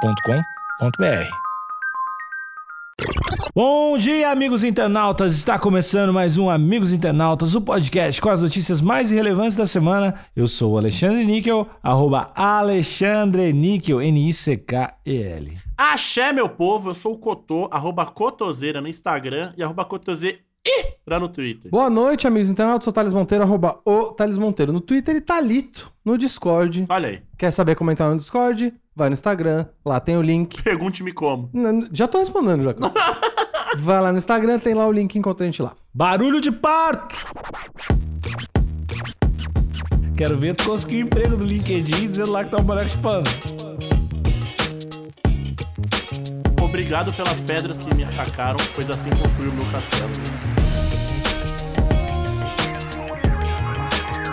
agenciadepodcast.com.br. Bom dia, amigos internautas! Está começando mais um Amigos Internautas, o podcast com as notícias mais relevantes da semana. Eu sou o Alexandre Níquel, arroba Alexandre Níquel, N-I-C-K-E-L. Axé, meu povo, eu sou o Cotô, arroba Cotoseira no Instagram e arroba Cotoseira no Twitter. Boa noite, amigos internautas. Sou Thales Monteiro, arroba o Thales Monteiro no Twitter e Thalito tá no Discord. Olha aí, Quer saber como entrar no Discord? Vai no Instagram, lá tem o link. pergunte-me como. N- n- Já tô respondendo, já. Vai lá no Instagram, tem lá o link, encontra a gente lá. Barulho de parto! Quero ver tu conseguir um emprego do LinkedIn dizendo lá que tá um boneco de pano. Obrigado pelas pedras que me atacaram, pois assim construí o meu castelo.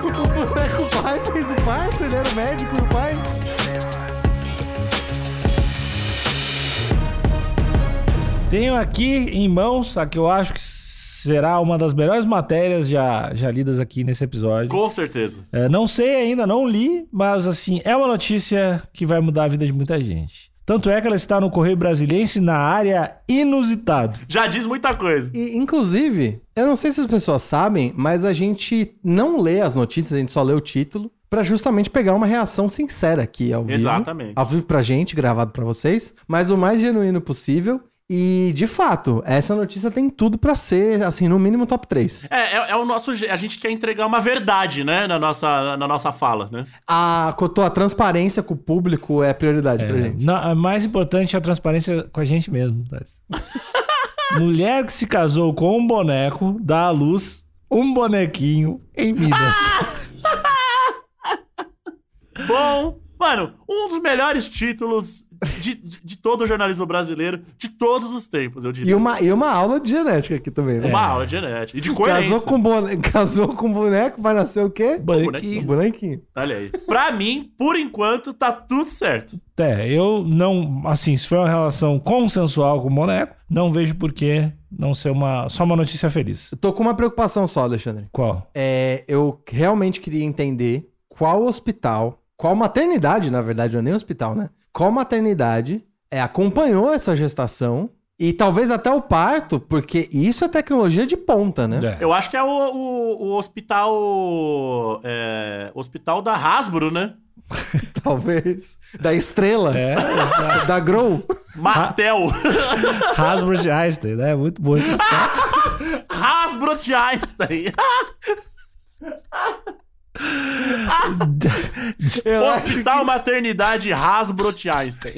O boneco pai fez o parto, ele era o médico, o pai. Tenho aqui em mãos a que eu acho que será uma das melhores matérias já, já lidas aqui nesse episódio. Com certeza. É, não sei ainda, não li, mas assim, é uma notícia que vai mudar a vida de muita gente. Tanto é que ela está no Correio Brasiliense na área inusitado. Já diz muita coisa. E, inclusive, eu não sei se as pessoas sabem, mas a gente não lê as notícias, a gente só lê o título, pra justamente pegar uma reação sincera aqui ao vivo. Exatamente. Ao vivo pra gente, gravado pra vocês, mas o mais genuíno possível. E, de fato, essa notícia tem tudo pra ser, assim, no mínimo top 3. É, é, é o nosso. je- A gente quer entregar uma verdade, né? Na nossa, na nossa fala, né? A, Cotô, a transparência com o público é prioridade pra gente. Na- a mais importante é a transparência com a gente mesmo. tá? Mulher que se casou com um boneco dá à luz um bonequinho em Minas. Bom, mano, um dos melhores títulos de, de, de todo o jornalismo brasileiro, de todos os tempos, eu diria. E uma, e uma aula de genética aqui também, né? Uma aula de genética. E de coerência. Casou com, um bone... Casou com um boneco, vai nascer o quê? Um bonequinho. Bonequinho. Olha aí. Pra mim, por enquanto, tá tudo certo. É, eu não, assim, se foi uma relação consensual com o boneco, não vejo por que não ser uma, só uma notícia feliz. Eu tô com uma preocupação só, Alexandre. Qual? É, eu realmente queria entender qual hospital, qual maternidade, na verdade, não é nem hospital, né? Qual maternidade é, acompanhou essa gestação e talvez até o parto, porque isso é tecnologia de ponta, né? É. Eu acho que é o, o, o hospital. é, hospital da Hasbro, né? Talvez. Da estrela, É. da, da Grow. Ah. Matel. Hasbro de Einstein, né? Muito bom. esse cara. Hasbro de Einstein. Eu acho, hospital Maternidade Hasbro de Einstein.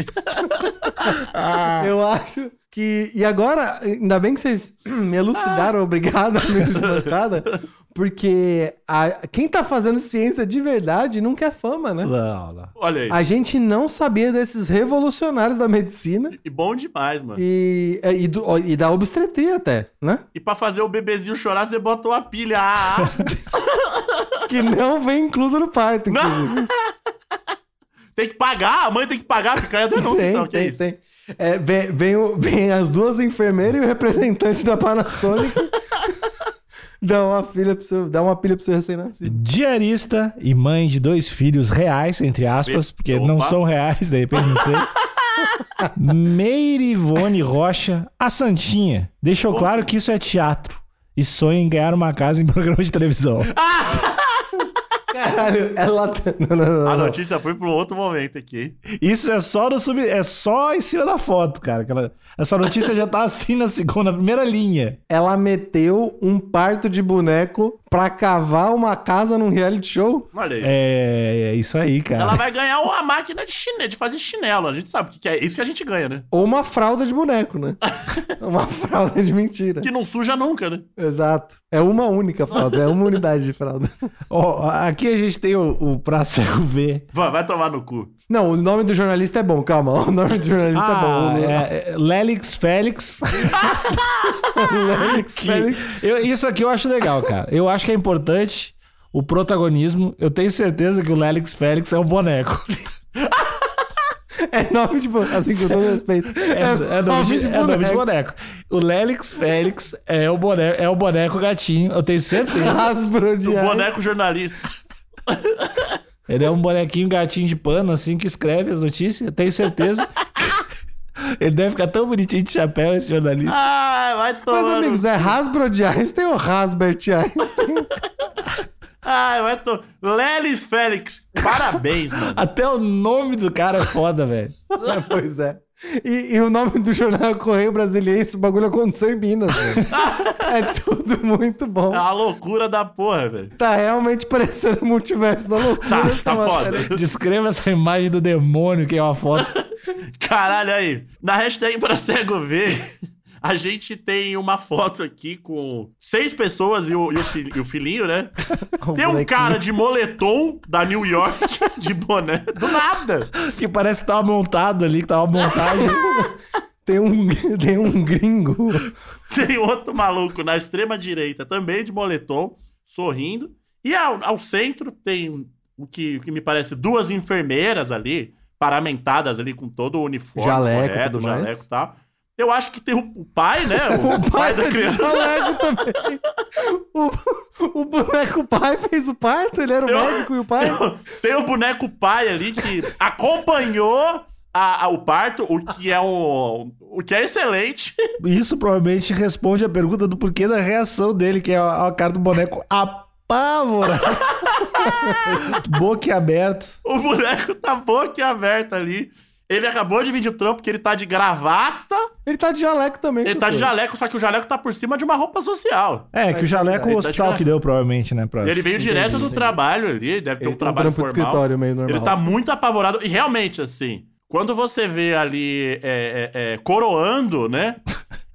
eu acho que. E agora, ainda bem que vocês me elucidaram, obrigado, amigos da bancada, porque a- quem tá fazendo ciência de verdade não quer fama, né? Não, não. Olha aí. A gente não sabia desses revolucionários da medicina E bom demais, mano. E... e, é, e, do- ó, e da obstetria até, né? pra fazer o bebezinho chorar, você bota uma pilha. Ah, ah. Que não vem inclusa no parto, Não, inclusive. tem que pagar, a mãe tem que pagar, fica aí a denúncia. então, que é isso? tem. É, vem, vem, o- vem as duas enfermeiras e o representante da Panasonic. dá uma filha pro seu, dá uma pilha pro seu recém-nascido. Diarista e mãe de dois filhos reais, entre aspas, Be- porque não Opa. são reais, de repente não sei. Meirivone Rocha, a Santinha, deixou Nossa. claro que isso é teatro e sonha em ganhar uma casa em programa de televisão. Caralho, ela. tá- Não, não, não. A não. notícia foi pra um outro momento aqui. Isso é só no sub, é só em cima da foto, cara. que ela- essa notícia já tá assim na segunda, na primeira linha. Ela meteu um parto de boneco pra cavar uma casa num reality show. Olha aí. É, é isso aí, cara. Ela vai ganhar uma máquina de, chine... de fazer chinelo. A gente sabe o que que é isso que a gente ganha, né? Ou uma fralda de boneco, né? uma fralda de mentira. Que não suja nunca, né? Exato. É uma única fralda, é uma unidade de fralda. Ó, aqui a gente tem o, o Pra Cego Ver. Vai, vai tomar no cu. Não, o nome do jornalista é bom, calma. O nome do jornalista Ah, é bom. é, é, Lélix Félix. Félix, Félix. Eu- isso aqui eu acho legal, cara. Eu acho que é importante o protagonismo. Eu tenho certeza que o Lélix Félix é um boneco. É nome de boneco, assim, com todo respeito. É, é nome, de, é nome de boneco. O Lélix Félix é o boneco, é o boneco gatinho, eu tenho certeza. Hasbro de O Einstein. boneco jornalista. Ele é um bonequinho gatinho de pano, assim, que escreve as notícias. Eu tenho certeza. Ele deve ficar tão bonitinho de chapéu, esse jornalista. Ah, vai tomar. Mas, no amigos, é Hasbro de Einstein ou Hasbert Einstein? Ai, vai to... Lelis Félix, parabéns, mano. Até o nome do cara é foda, velho. É, pois é. E, e o nome do jornal é Correio Brasileiro, esse bagulho aconteceu em Minas, velho. É tudo muito bom. É a loucura da porra, velho. Tá realmente parecendo o multiverso da loucura. Tá, essa tá máscara. foda. Descreva essa imagem do demônio, que é uma foto. Caralho, aí. Na hashtag para cego ver, a gente tem uma foto aqui com seis pessoas e o, e o fi- e o filhinho, né? O Tem um molequinho. cara de moletom da New York, de boné, do nada. Que parece que tava montado ali, que tava montagem. Tem um, tem um gringo. Tem outro maluco na extrema direita também de moletom, sorrindo. E ao, ao centro tem um, o que, o que me parece duas enfermeiras ali, paramentadas ali com todo o uniforme. Jaleco e tudo mais. jaleco e tal. Eu acho que tem o, o pai, né? O, pai da de criança. jaleco também. O, o boneco pai fez o parto, ele era o Eu- médico e o pai. Tem o boneco pai ali que acompanhou a- a- o parto, o que é um. O que é excelente. Isso provavelmente responde a pergunta do porquê da reação dele, que é a, a cara do boneco apavorado. Boca aberto. O boneco tá boca aberta ali. Ele acabou de vir de trampo, porque ele tá de gravata. Ele tá de jaleco também. Ele tá de Couto. jaleco, só que o jaleco tá por cima de uma roupa social. É, que o jaleco é o Ele tá hospital de que deu, provavelmente, né? Pra... Ele veio direto do trabalho ali, deve ter um Ele tem um trabalho trampo de formal. escritório meio normal. Ele tá muito apavorado. E realmente, assim, quando você vê ali é, é, é, coroando, né?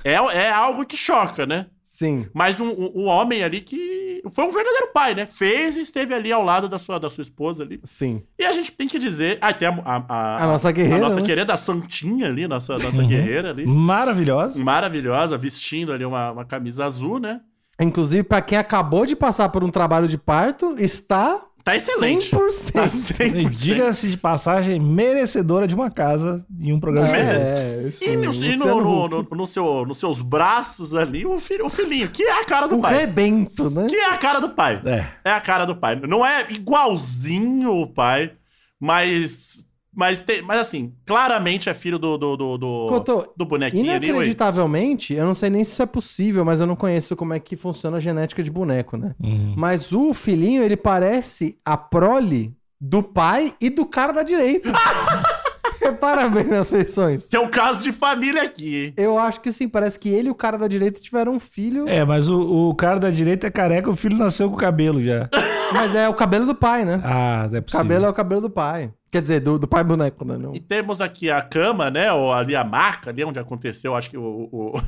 É, é algo que choca, né? Sim. Mas um, um- um homem ali que foi um verdadeiro pai, né? Fez e esteve ali ao lado da sua, da sua esposa ali. Sim. E a gente tem que dizer... Ah, tem a, a, a- A nossa guerreira, A nossa né? querida Santinha ali, nossa, nossa guerreira ali. Uhum. Hum, Maravilhosa. Maravilhosa, vestindo ali uma- uma camisa azul, né? Inclusive, pra quem acabou de passar por um trabalho de parto, está Tá excelente. 100%. Tá E 100%. Diga-se de passagem, merecedora de uma casa em um programa de TV. É, isso E, no, e mesmo, no- Luciano no- Huck. no- no seu, nos seus braços ali, o, filho, o filhinho, que é a cara do O pai. um rebento, né? Que é a cara do pai. É. É a cara do pai. Não é igualzinho o pai, mas. Mas, tem, mas assim, claramente é filho do. Do, do, do, Couto, do bonequinho ali. ué. Inacreditavelmente, eu não sei nem se isso é possível, mas eu não conheço como é que funciona a genética de boneco, né? Uhum. Mas o filhinho, ele parece a prole do pai e do cara da direita. Repara bem nas feições. Tem um caso de família aqui, hein? Eu acho que sim, parece que ele e o cara da direita tiveram um filho, É, mas o, o cara da direita é careca, o filho nasceu com o cabelo já. mas é o cabelo do pai, né? Ah, é O possível. cabelo é o cabelo do pai. Quer dizer, do, do pai boneco, né? Não. E temos aqui a cama, né? Ou ali a maca, ali onde aconteceu, acho que o. o- o-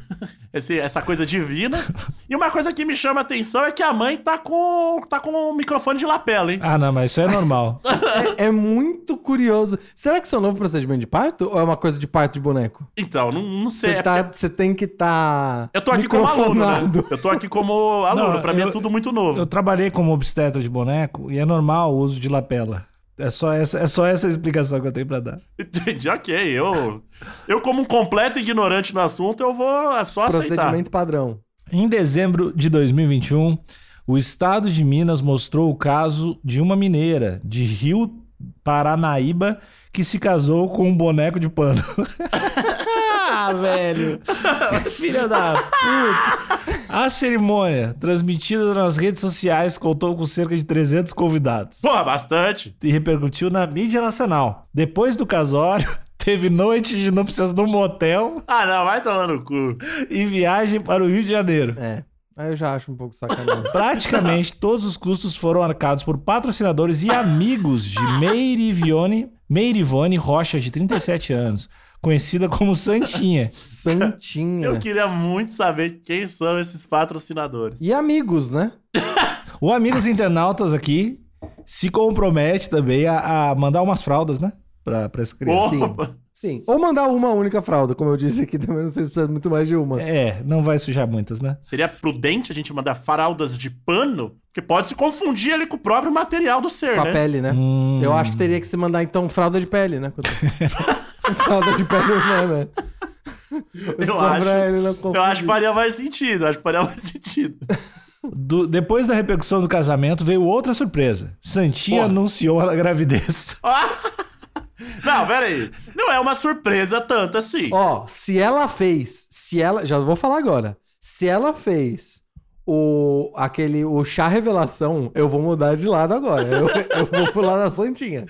esse- essa coisa divina. E uma coisa que me chama a atenção é que a mãe tá com. tá com um microfone de lapela, hein? Ah, não, mas isso é normal. É, é muito curioso. Será que isso é um novo procedimento de parto? Ou é uma coisa de parto de boneco? Então, não, não sei. Você é tá, porque você tem que tá estar. Eu tô aqui como aluno, né? Eu tô aqui como aluno. Não, pra mim é eu- tudo muito novo. Eu trabalhei como obstetra de boneco e é normal o uso de lapela. É só essa, é só essa a explicação que eu tenho pra dar. Entendi, ok. Eu, eu, como um completo ignorante no assunto, eu vou é só aceitar. Procedimento padrão. Em dezembro de 2021, o estado de Minas mostrou o caso de uma mineira de Rio Paranaíba que se casou com um boneco de pano. ah, velho! Filha da puta! A cerimônia, transmitida nas redes sociais, contou com cerca de 300 convidados Porra, bastante. e repercutiu na mídia nacional. Depois do casório, teve noite de núpcias no motel Ah, não, vai tomar no cu. e viagem para o Rio de Janeiro. É. Aí eu já acho um pouco sacanagem. Praticamente todos os custos foram arcados por patrocinadores e amigos de Meirivione, Meirivone Rocha, de 37 anos, conhecida como Santinha. Santinha. Eu queria muito saber quem são esses patrocinadores. E amigos, né? O Amigos Internautas aqui se compromete também a, a mandar umas fraldas, né? Pra, pra essa criança. sim. Opa. Sim. Ou mandar uma única fralda, como eu disse aqui também. Não sei se precisa muito mais de uma. É, não vai sujar muitas, né? Seria prudente a gente mandar faraldas de pano? Porque pode se confundir ali com o próprio material do ser, Com a né? pele, né? Hum. Eu acho que teria que se mandar, então, fralda de pele, né? Couto? fralda de pele humana. Eu Só pra acho- ele não Eu acho confundir. que faria mais sentido, acho que faria mais sentido. do- depois da repercussão do casamento, veio outra surpresa. Santinha Porra. anunciou a gravidez. Não, peraí. Não é uma surpresa tanto assim. Ó, se ela fez, se ela, já vou falar agora. Se ela fez o aquele o chá revelação, eu vou mudar de lado agora. Eu, eu vou pular na santinha.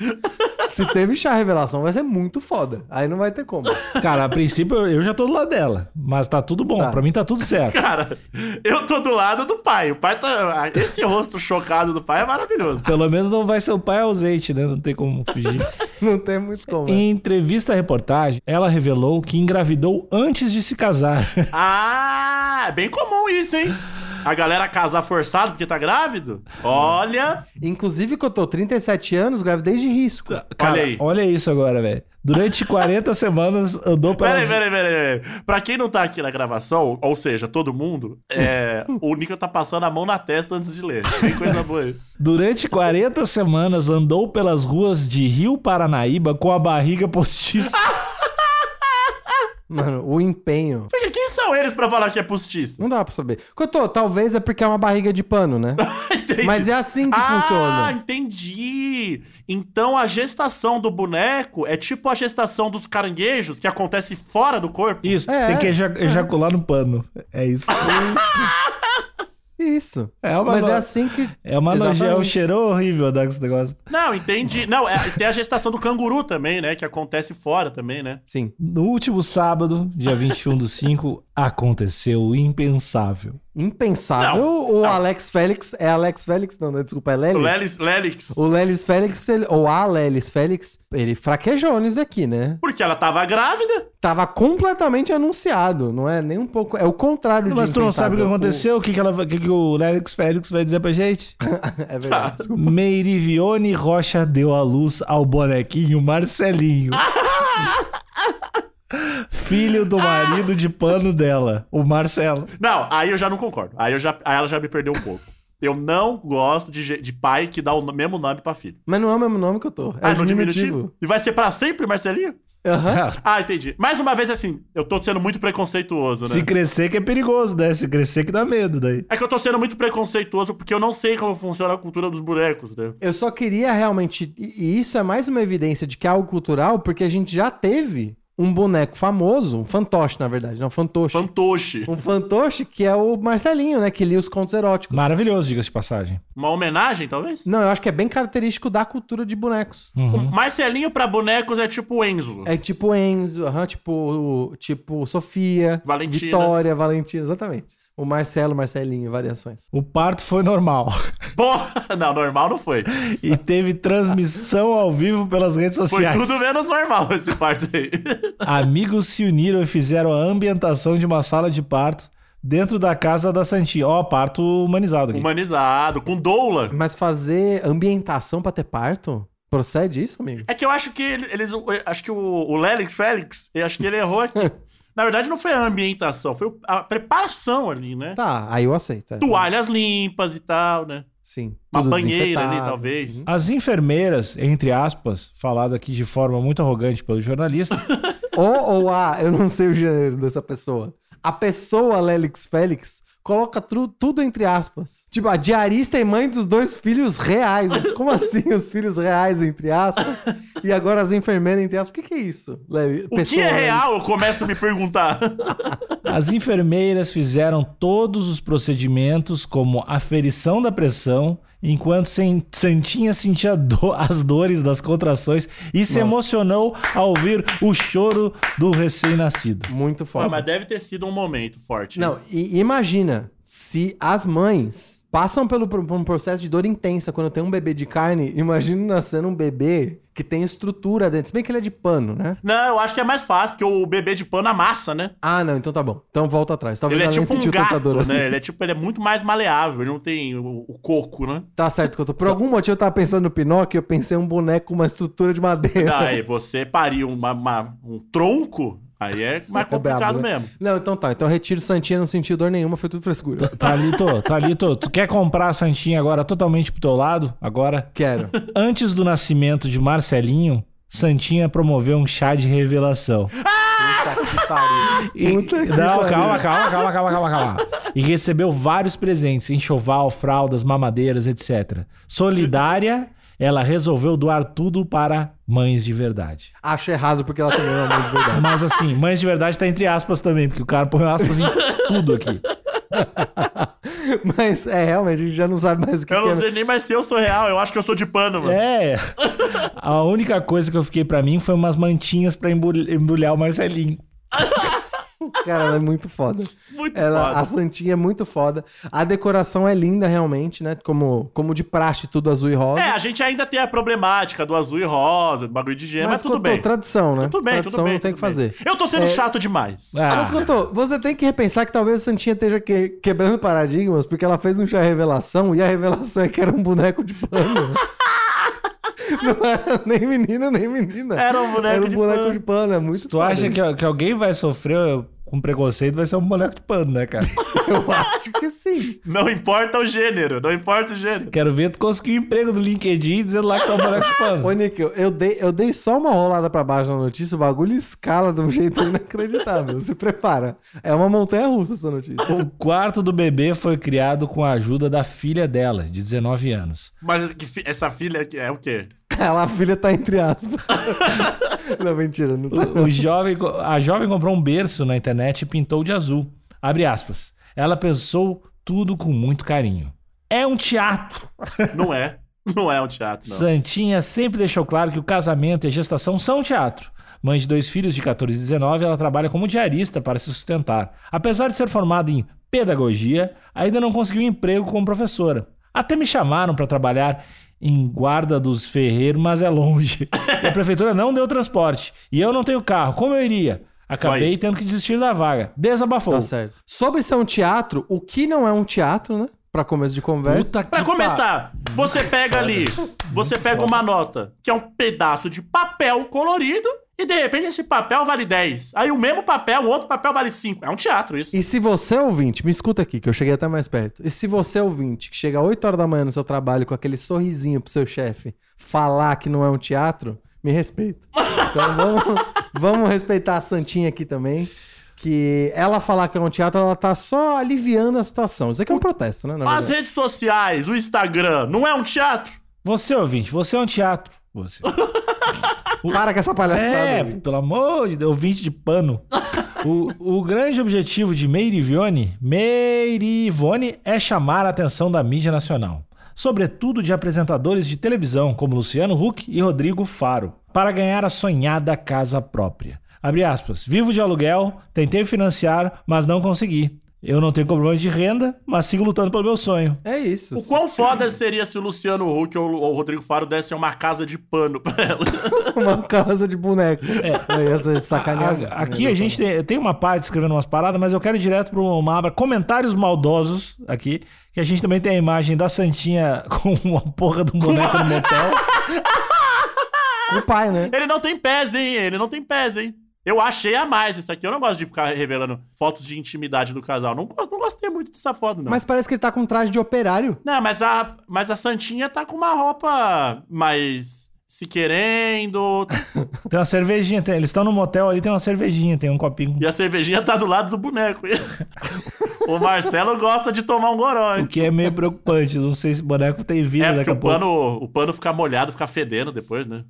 Se teve chá revelação, vai ser muito foda. Aí não vai ter como. Cara, a princípio eu- eu já tô do lado dela, mas tá tudo bom, Tá. pra mim tá tudo certo. Cara, eu tô do lado do pai. O pai tá. Esse rosto chocado do pai é maravilhoso. Pelo menos não vai ser o pai ausente, né? Não tem como fugir. Não tem muito como. né? Em entrevista à reportagem, ela revelou que engravidou antes de se casar. Ah, é bem comum isso, hein? A galera casar forçado porque tá grávido? Olha. Inclusive que eu tô 37 anos, gravidez de risco. olha aí. Olha isso agora, velho. Durante 40 semanas andou pra. Peraí, peraí, peraí, peraí. Pra quem não tá aqui na gravação, ou seja, todo mundo, é, o Nico tá passando a mão na testa antes de ler. Tem coisa boa aí. Durante 40 semanas andou pelas ruas de Rio Paranaíba com a barriga postiça. Mano, o empenho. Porque Quem são eles pra falar que é postiça? Não dá pra saber. Cotô, talvez é porque é uma barriga de pano, né? Entendi. Mas é assim que Ah, funciona. entendi. Então a gestação do boneco é tipo a gestação dos caranguejos que acontece fora do corpo. Isso, É, tem que eja- ejacular no pano. É isso. Isso. É uma Mas no- é assim que. É uma noje- é um Exatamente. cheiro horrível dar com esse negócio. Não, entendi. Não, é- tem a gestação do canguru também, né? Que acontece fora também, né? Sim. No último sábado, dia 21 do 5, aconteceu o impensável. Impensável. Não, o não. Alex Félix. É Alex Félix? Não, não, desculpa, é O Lelis. Lelis, Lelix. O Lelis Félix, ele- ou a Lelis Félix, ele fraquejou nisso daqui, né? Porque ela tava grávida. Tava completamente anunciado, não é nem um pouco. É o contrário Mas de tu não sabe o que impensável. aconteceu? O que, que, ela, o que, que o Alex Félix vai dizer pra gente? O- É Ah, verdade. desculpa. Meirivione Rocha deu à luz ao bonequinho Marcelinho. Filho do marido de pano dela, o Marcelo. Não, aí eu já não concordo. Aí, eu já, aí ela já me perdeu um pouco. Eu não gosto de, ge- de pai que dá o no- mesmo nome pra filho. Mas não é o mesmo nome que eu tô. É o no diminutivo. E vai ser pra sempre, Marcelinho? Aham. Ah, entendi. Mais uma vez, assim, eu tô sendo muito preconceituoso, né? Se crescer que é perigoso, né? Se crescer que dá medo daí. É que eu tô sendo muito preconceituoso porque eu não sei como funciona a cultura dos bonecos, né? Eu só queria realmente. E e isso é mais uma evidência de que é algo cultural, porque a gente já teve um boneco famoso, um fantoche, na verdade, não, fantoche. Fantoche. um fantoche que é o Marcelinho, né? Que lia os contos eróticos. Maravilhoso, diga-se de passagem. Uma homenagem, talvez? Não, eu acho que é bem característico da cultura de bonecos. O Marcelinho pra bonecos é tipo o Enzo. É tipo Enzo, aham, tipo, tipo Sofia, Valentina. Vitória, Valentina, exatamente. O Marcelo, Marcelinho, variações. O parto foi normal. É. Porra! Não, normal não foi. E teve transmissão ao vivo pelas redes Foi sociais. tudo menos normal esse parto aí. Amigos se uniram e fizeram a ambientação de uma sala de parto dentro da casa da Santinha. Ó, parto humanizado aqui. Humanizado, com doula. Mas fazer ambientação pra ter parto? Procede isso, amigo? É que eu acho que ele- eles. eu Acho que o, o Lélix Félix, eu acho que ele errou aqui. Na verdade, não foi a ambientação, foi o- a preparação ali, né? Tá, aí eu aceito. é. Toalhas limpas e tal, né? Sim. Uma tudo banheira ali, desinfetado. talvez. As enfermeiras, entre aspas, falado aqui de forma muito arrogante pelo jornalista, Ou, ou a, eu não sei o gênero dessa pessoa. A pessoa Lélix Félix coloca tru- tudo entre aspas. Tipo, a diarista e mãe dos dois filhos reais. Os- Como assim os filhos reais, entre aspas? E agora as enfermeiras, entre aspas. O que, que é isso? Lé- O que pessoa né? é Lélix? real? Eu começo a me perguntar. as enfermeiras fizeram todos os procedimentos, como aferição da pressão, enquanto Sen- Santinha sentia do- as dores das contrações e se Nossa. emocionou ao ouvir o choro do recém-nascido. Muito Ah, foda. mas deve ter sido um momento forte. Não, e imagina se as mães passam pelo por um processo de dor intensa quando tem um bebê de carne. Imagina nascendo um bebê que tem estrutura dentro. Se bem que ele é de pano, né? Não, eu acho que é mais fácil, porque o bebê de pano amassa, né? Ah, não, então tá bom. Então volta atrás. Talvez ele é ela nem tipo um sentiu tanta gato, dor né? assim. Ele é tipo, ele é muito mais maleável, ele não tem o, o coco, né? Tá certo que eu tô. Por algum motivo eu tava pensando no Pinóquio, eu pensei um boneco com uma estrutura de madeira. Aí você pariu uma- uma- um tronco, aí é mais É brabo, complicado né? mesmo. Não, então tá. Então eu retiro Santinha, não sentiu dor nenhuma, foi tudo frescura. Tá Thalito, Thalito, tu quer comprar a Santinha agora totalmente pro teu lado? Agora? Quero. Antes do nascimento de Marcelinho, Santinha promoveu um chá de revelação. Puta que pariu. E- Puta que não, pariu. calma, calma, calma, calma, calma, calma. E recebeu vários presentes, enxoval, fraldas, mamadeiras, etc. Solidária, ela resolveu doar tudo para mães de verdade. Acho errado porque ela também é uma mãe de verdade. Mas assim, mães de verdade tá entre aspas também, porque o cara põe aspas em tudo aqui. Mas é, realmente, a gente já não sabe mais o que, Eu que é. não sei nem mais se eu sou real, eu acho que eu sou de pano, mano. É. A única coisa que eu fiquei pra mim foi umas mantinhas pra embul- embrulhar o Marcelinho. Cara, ela é muito foda. Muito Ela, foda. A Santinha é muito foda. A decoração é linda, realmente, né? Como, como de praxe, tudo azul e rosa. É, a gente ainda tem a problemática do azul e rosa, do bagulho de gema, É, mas, tudo Cotô, bem. Tradição, né? Tudo bem, tradição tudo bem. não tem o que tudo bem. fazer. É. Eu tô sendo chato demais. Mas, Ah, Cotô, você tem que repensar que talvez a Santinha esteja que- quebrando paradigmas, porque ela fez um chá revelação e a revelação é que era um boneco de pano. Não era nem menino, nem menina. Era um boneco Era um de boneco pano. de pano. É muito se tu acha foda que, que alguém vai sofrer com preconceito, vai ser um boneco de pano, né, cara? isso. Eu acho que sim. Não importa o gênero, não importa o gênero. Quero ver tu conseguir um emprego do LinkedIn dizendo lá que tu é um boneco de Ô, pano. Níquel, eu dei, eu dei só uma rolada pra baixo na notícia, o bagulho escala de um jeito inacreditável. Se prepara. É uma montanha russa essa notícia. O quarto do bebê foi criado com a ajuda da filha dela, de 19 anos. Mas que fi- essa filha aqui é o quê? Ela, a filha tá entre aspas. Não, mentira, não tá. O jovem, co- a jovem comprou um berço na internet e pintou de azul. Abre aspas. Ela pensou tudo com muito carinho. É um teatro. Não é. Não é um teatro, não. Santinha sempre deixou claro que o casamento e a gestação são teatro. Mãe de dois filhos de 14 e 19, ela trabalha como diarista para se sustentar. Apesar de ser formada em pedagogia, ainda não conseguiu emprego como professora. Até me chamaram para trabalhar em Guarda dos Ferreiros, mas é longe. E a prefeitura não deu transporte. E eu não tenho carro. Como eu iria? Acabei tendo que desistir da vaga. Desabafou. Tá certo. Sobre ser um teatro, o que não é um teatro, né? Pra começo de conversa. Puta que Pra pa- começar, você pega ali, você pega uma nota, que é um pedaço de papel colorido, e de repente esse papel vale 10. Aí o mesmo papel, o outro papel vale 5. É um teatro isso. E se você ouvinte, me escuta aqui, que eu cheguei até mais perto. E se você ouvinte, que chega 8 horas da manhã no seu trabalho com aquele sorrisinho pro seu chefe, falar que não é um teatro, me respeita. Então vamos, vamos respeitar a Santinha aqui também. Que ela falar que é um teatro, ela tá só aliviando a situação. Isso aqui é um protesto, né? na As verdade? redes sociais, o Instagram, não é um teatro? Você, ouvinte, você é um teatro. Você. Para com essa palhaçada. É, amigo. pelo amor de Deus, ouvinte de pano. o, o grande objetivo de Meirivione, Meirivione é chamar a atenção da mídia nacional, sobretudo de apresentadores de televisão como Luciano Huck e Rodrigo Faro, para ganhar a sonhada casa própria. Abre aspas. Vivo de aluguel, tentei financiar, mas não consegui. Eu não tenho compromisso de renda, mas sigo lutando pelo meu sonho. É isso. O quão foda seria se o Luciano Huck ou o Rodrigo Faro dessem uma casa de pano pra ela? Uma casa de boneco. É. Essa A- sacaneada. aqui a gente tem, tem uma parte escrevendo umas paradas, mas eu quero ir direto para uma aba comentários maldosos aqui, que a gente também tem a imagem da Santinha com uma porra de um boneco no motel. O pai, né? Ele não tem pés, hein? Ele não tem pés, hein? Eu achei a mais isso aqui. Eu não gosto de ficar revelando fotos de intimidade do casal. Não, gosto- não gostei muito dessa foto, não. Mas parece que ele tá com traje de operário. Não, mas a, mas a Santinha tá com uma roupa mais se querendo. Tem uma cervejinha, tem- eles estão no motel ali, tem uma cervejinha, tem um copinho. E a cervejinha tá do lado do boneco. o Marcelo gosta de tomar um goró, O hein? que é meio preocupante, não sei se o boneco tem vida É, porque daqui a o pouco. pano, o pano fica molhado, fica fedendo depois, né?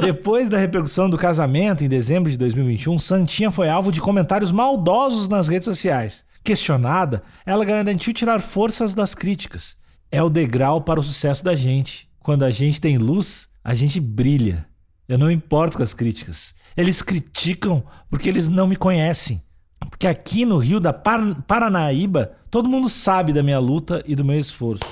Depois da repercussão do casamento em dezembro de 2021, Santinha foi alvo de comentários maldosos nas redes sociais. Questionada, ela garantiu tirar forças das críticas. É o degrau para o sucesso da gente. Quando a gente tem luz, a gente brilha. Eu não importo com as críticas. Eles criticam porque eles não me conhecem. Porque aqui no Rio da Par- Paranaíba, todo mundo sabe da minha luta e do meu esforço.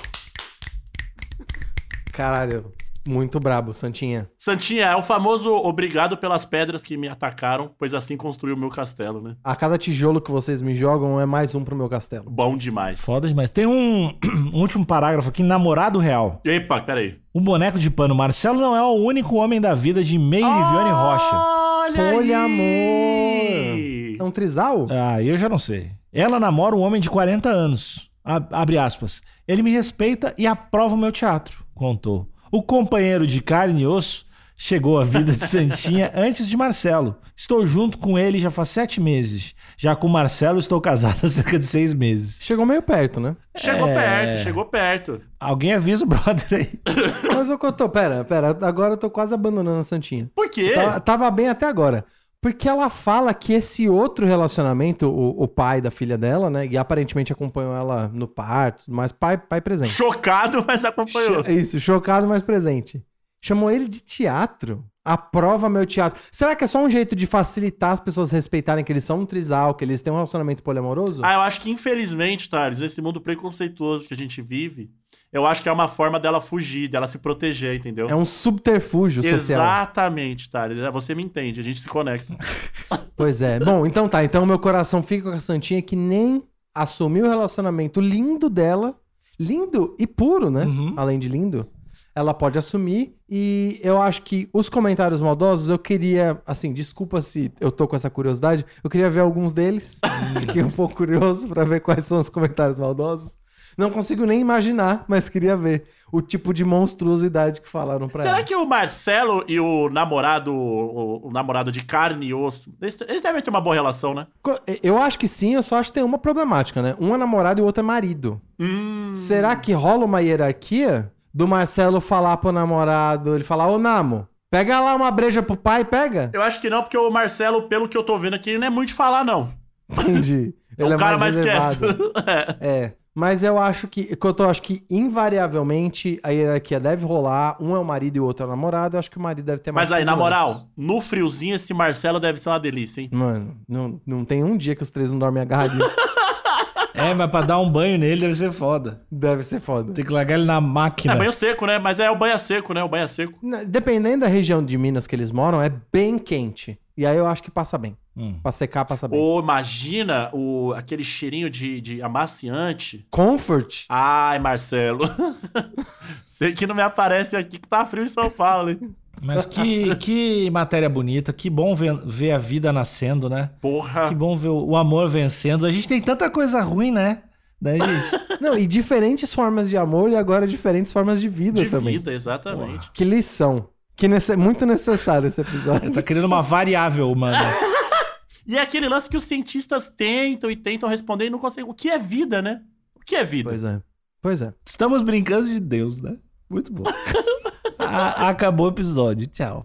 Caralho. Muito brabo, Santinha. Santinha, é o famoso obrigado pelas pedras que me atacaram, pois assim construí o meu castelo, né? A cada tijolo que vocês me jogam é mais um pro meu castelo. Bom demais. Foda demais. Tem um, um último parágrafo aqui, namorado real. Epa, peraí. O boneco de pano Marcelo não é o único homem da vida de Meire Vione Rocha. Olha Poliamor. É um trisal? Ah, eu já não sei. Ela namora um homem de 40 anos. A- abre aspas. Ele me respeita e aprova o meu teatro, contou. O companheiro de carne e osso Chegou a vida de Santinha antes de Marcelo. Estou junto com ele já faz sete meses. Já com Marcelo estou casado há cerca de seis meses. Chegou meio perto, né? Chegou É. perto, chegou perto. Alguém avisa o brother aí. Mas eu tô, pera, pera, agora eu tô quase abandonando a Santinha. Por quê? Tava, tava bem até agora. Porque ela fala que esse outro relacionamento, o, o pai da filha dela, né? E aparentemente acompanhou ela no parto, mas pai, pai presente. Chocado, mas acompanhou. Cho- Isso, chocado, mas presente. Chamou ele de teatro. Aprova meu teatro. Será que é só um jeito de facilitar as pessoas respeitarem que eles são um trisal, que eles têm um relacionamento poliamoroso? Ah, eu acho que infelizmente, Thales, nesse mundo preconceituoso que a gente vive, eu acho que é uma forma dela fugir, dela se proteger, entendeu? É um subterfúgio social. Exatamente, Thales. É, Você me entende, a gente se conecta. Pois é. Bom, então tá. Então meu coração fica com a Santinha que nem assumiu o relacionamento lindo dela. Lindo e puro, né? Uhum. Além de lindo. Ela pode assumir. E eu acho que os comentários maldosos, eu queria... Assim, desculpa se eu tô com essa curiosidade. Eu queria ver alguns deles. Fiquei um pouco curioso pra ver quais são os comentários maldosos. Não consigo nem imaginar, mas queria ver o tipo de monstruosidade que falaram pra Será ela. que o Marcelo e o namorado, o, o namorado de carne e osso, eles, eles devem ter uma boa relação, né? Co- Eu acho que sim, eu só acho que tem uma problemática, né? Um é namorado e o outro é marido. Hum, Será que rola uma hierarquia do Marcelo falar pro namorado, ele falar, ô Namo, pega lá uma breja pro pai, pega? eu acho que não, porque o Marcelo, pelo que eu tô vendo aqui, ele não é muito de falar, não. Entendi. É um cara mais, elevado. quieto. É. É. Mas eu acho que, que eu tô, acho que invariavelmente a hierarquia deve rolar. Um é o marido e o outro é o namorado. Eu acho que o marido deve ter É mais. Mas aí, na controle. moral, no friozinho, esse Marcelo deve ser uma delícia, hein? Mano, não, não tem um dia que os três não dormem agarradinhos. É, mas pra dar um banho nele deve ser foda. deve ser foda. Tem que largar ele na máquina. É banho seco, né? Mas é o banho seco, né? O banho seco. Na- Dependendo da região de Minas que eles moram, é bem quente. E aí eu acho que passa bem. Hum. Pra secar, passa bem. Ou imagina o, aquele cheirinho de, de amaciante. Comfort Ai, Marcelo. Sei que não me aparece aqui que tá frio em São Paulo, hein? Mas que, que matéria bonita, que bom ver, ver a vida nascendo, né? Porra. Que bom ver o amor vencendo. A gente tem tanta coisa ruim, né? Daí, gente, Não, e diferentes formas de amor e agora diferentes formas de vida de também. vida, exatamente. Que lição. Que nece- muito necessário esse episódio. tá criando uma variável, mano. E é aquele lance que os cientistas tentam e tentam responder e não conseguem. O que é vida, né? O que é vida? Pois é. Pois é. Estamos brincando de Deus, né? Muito bom. A- acabou o Ah, episódio. Tchau.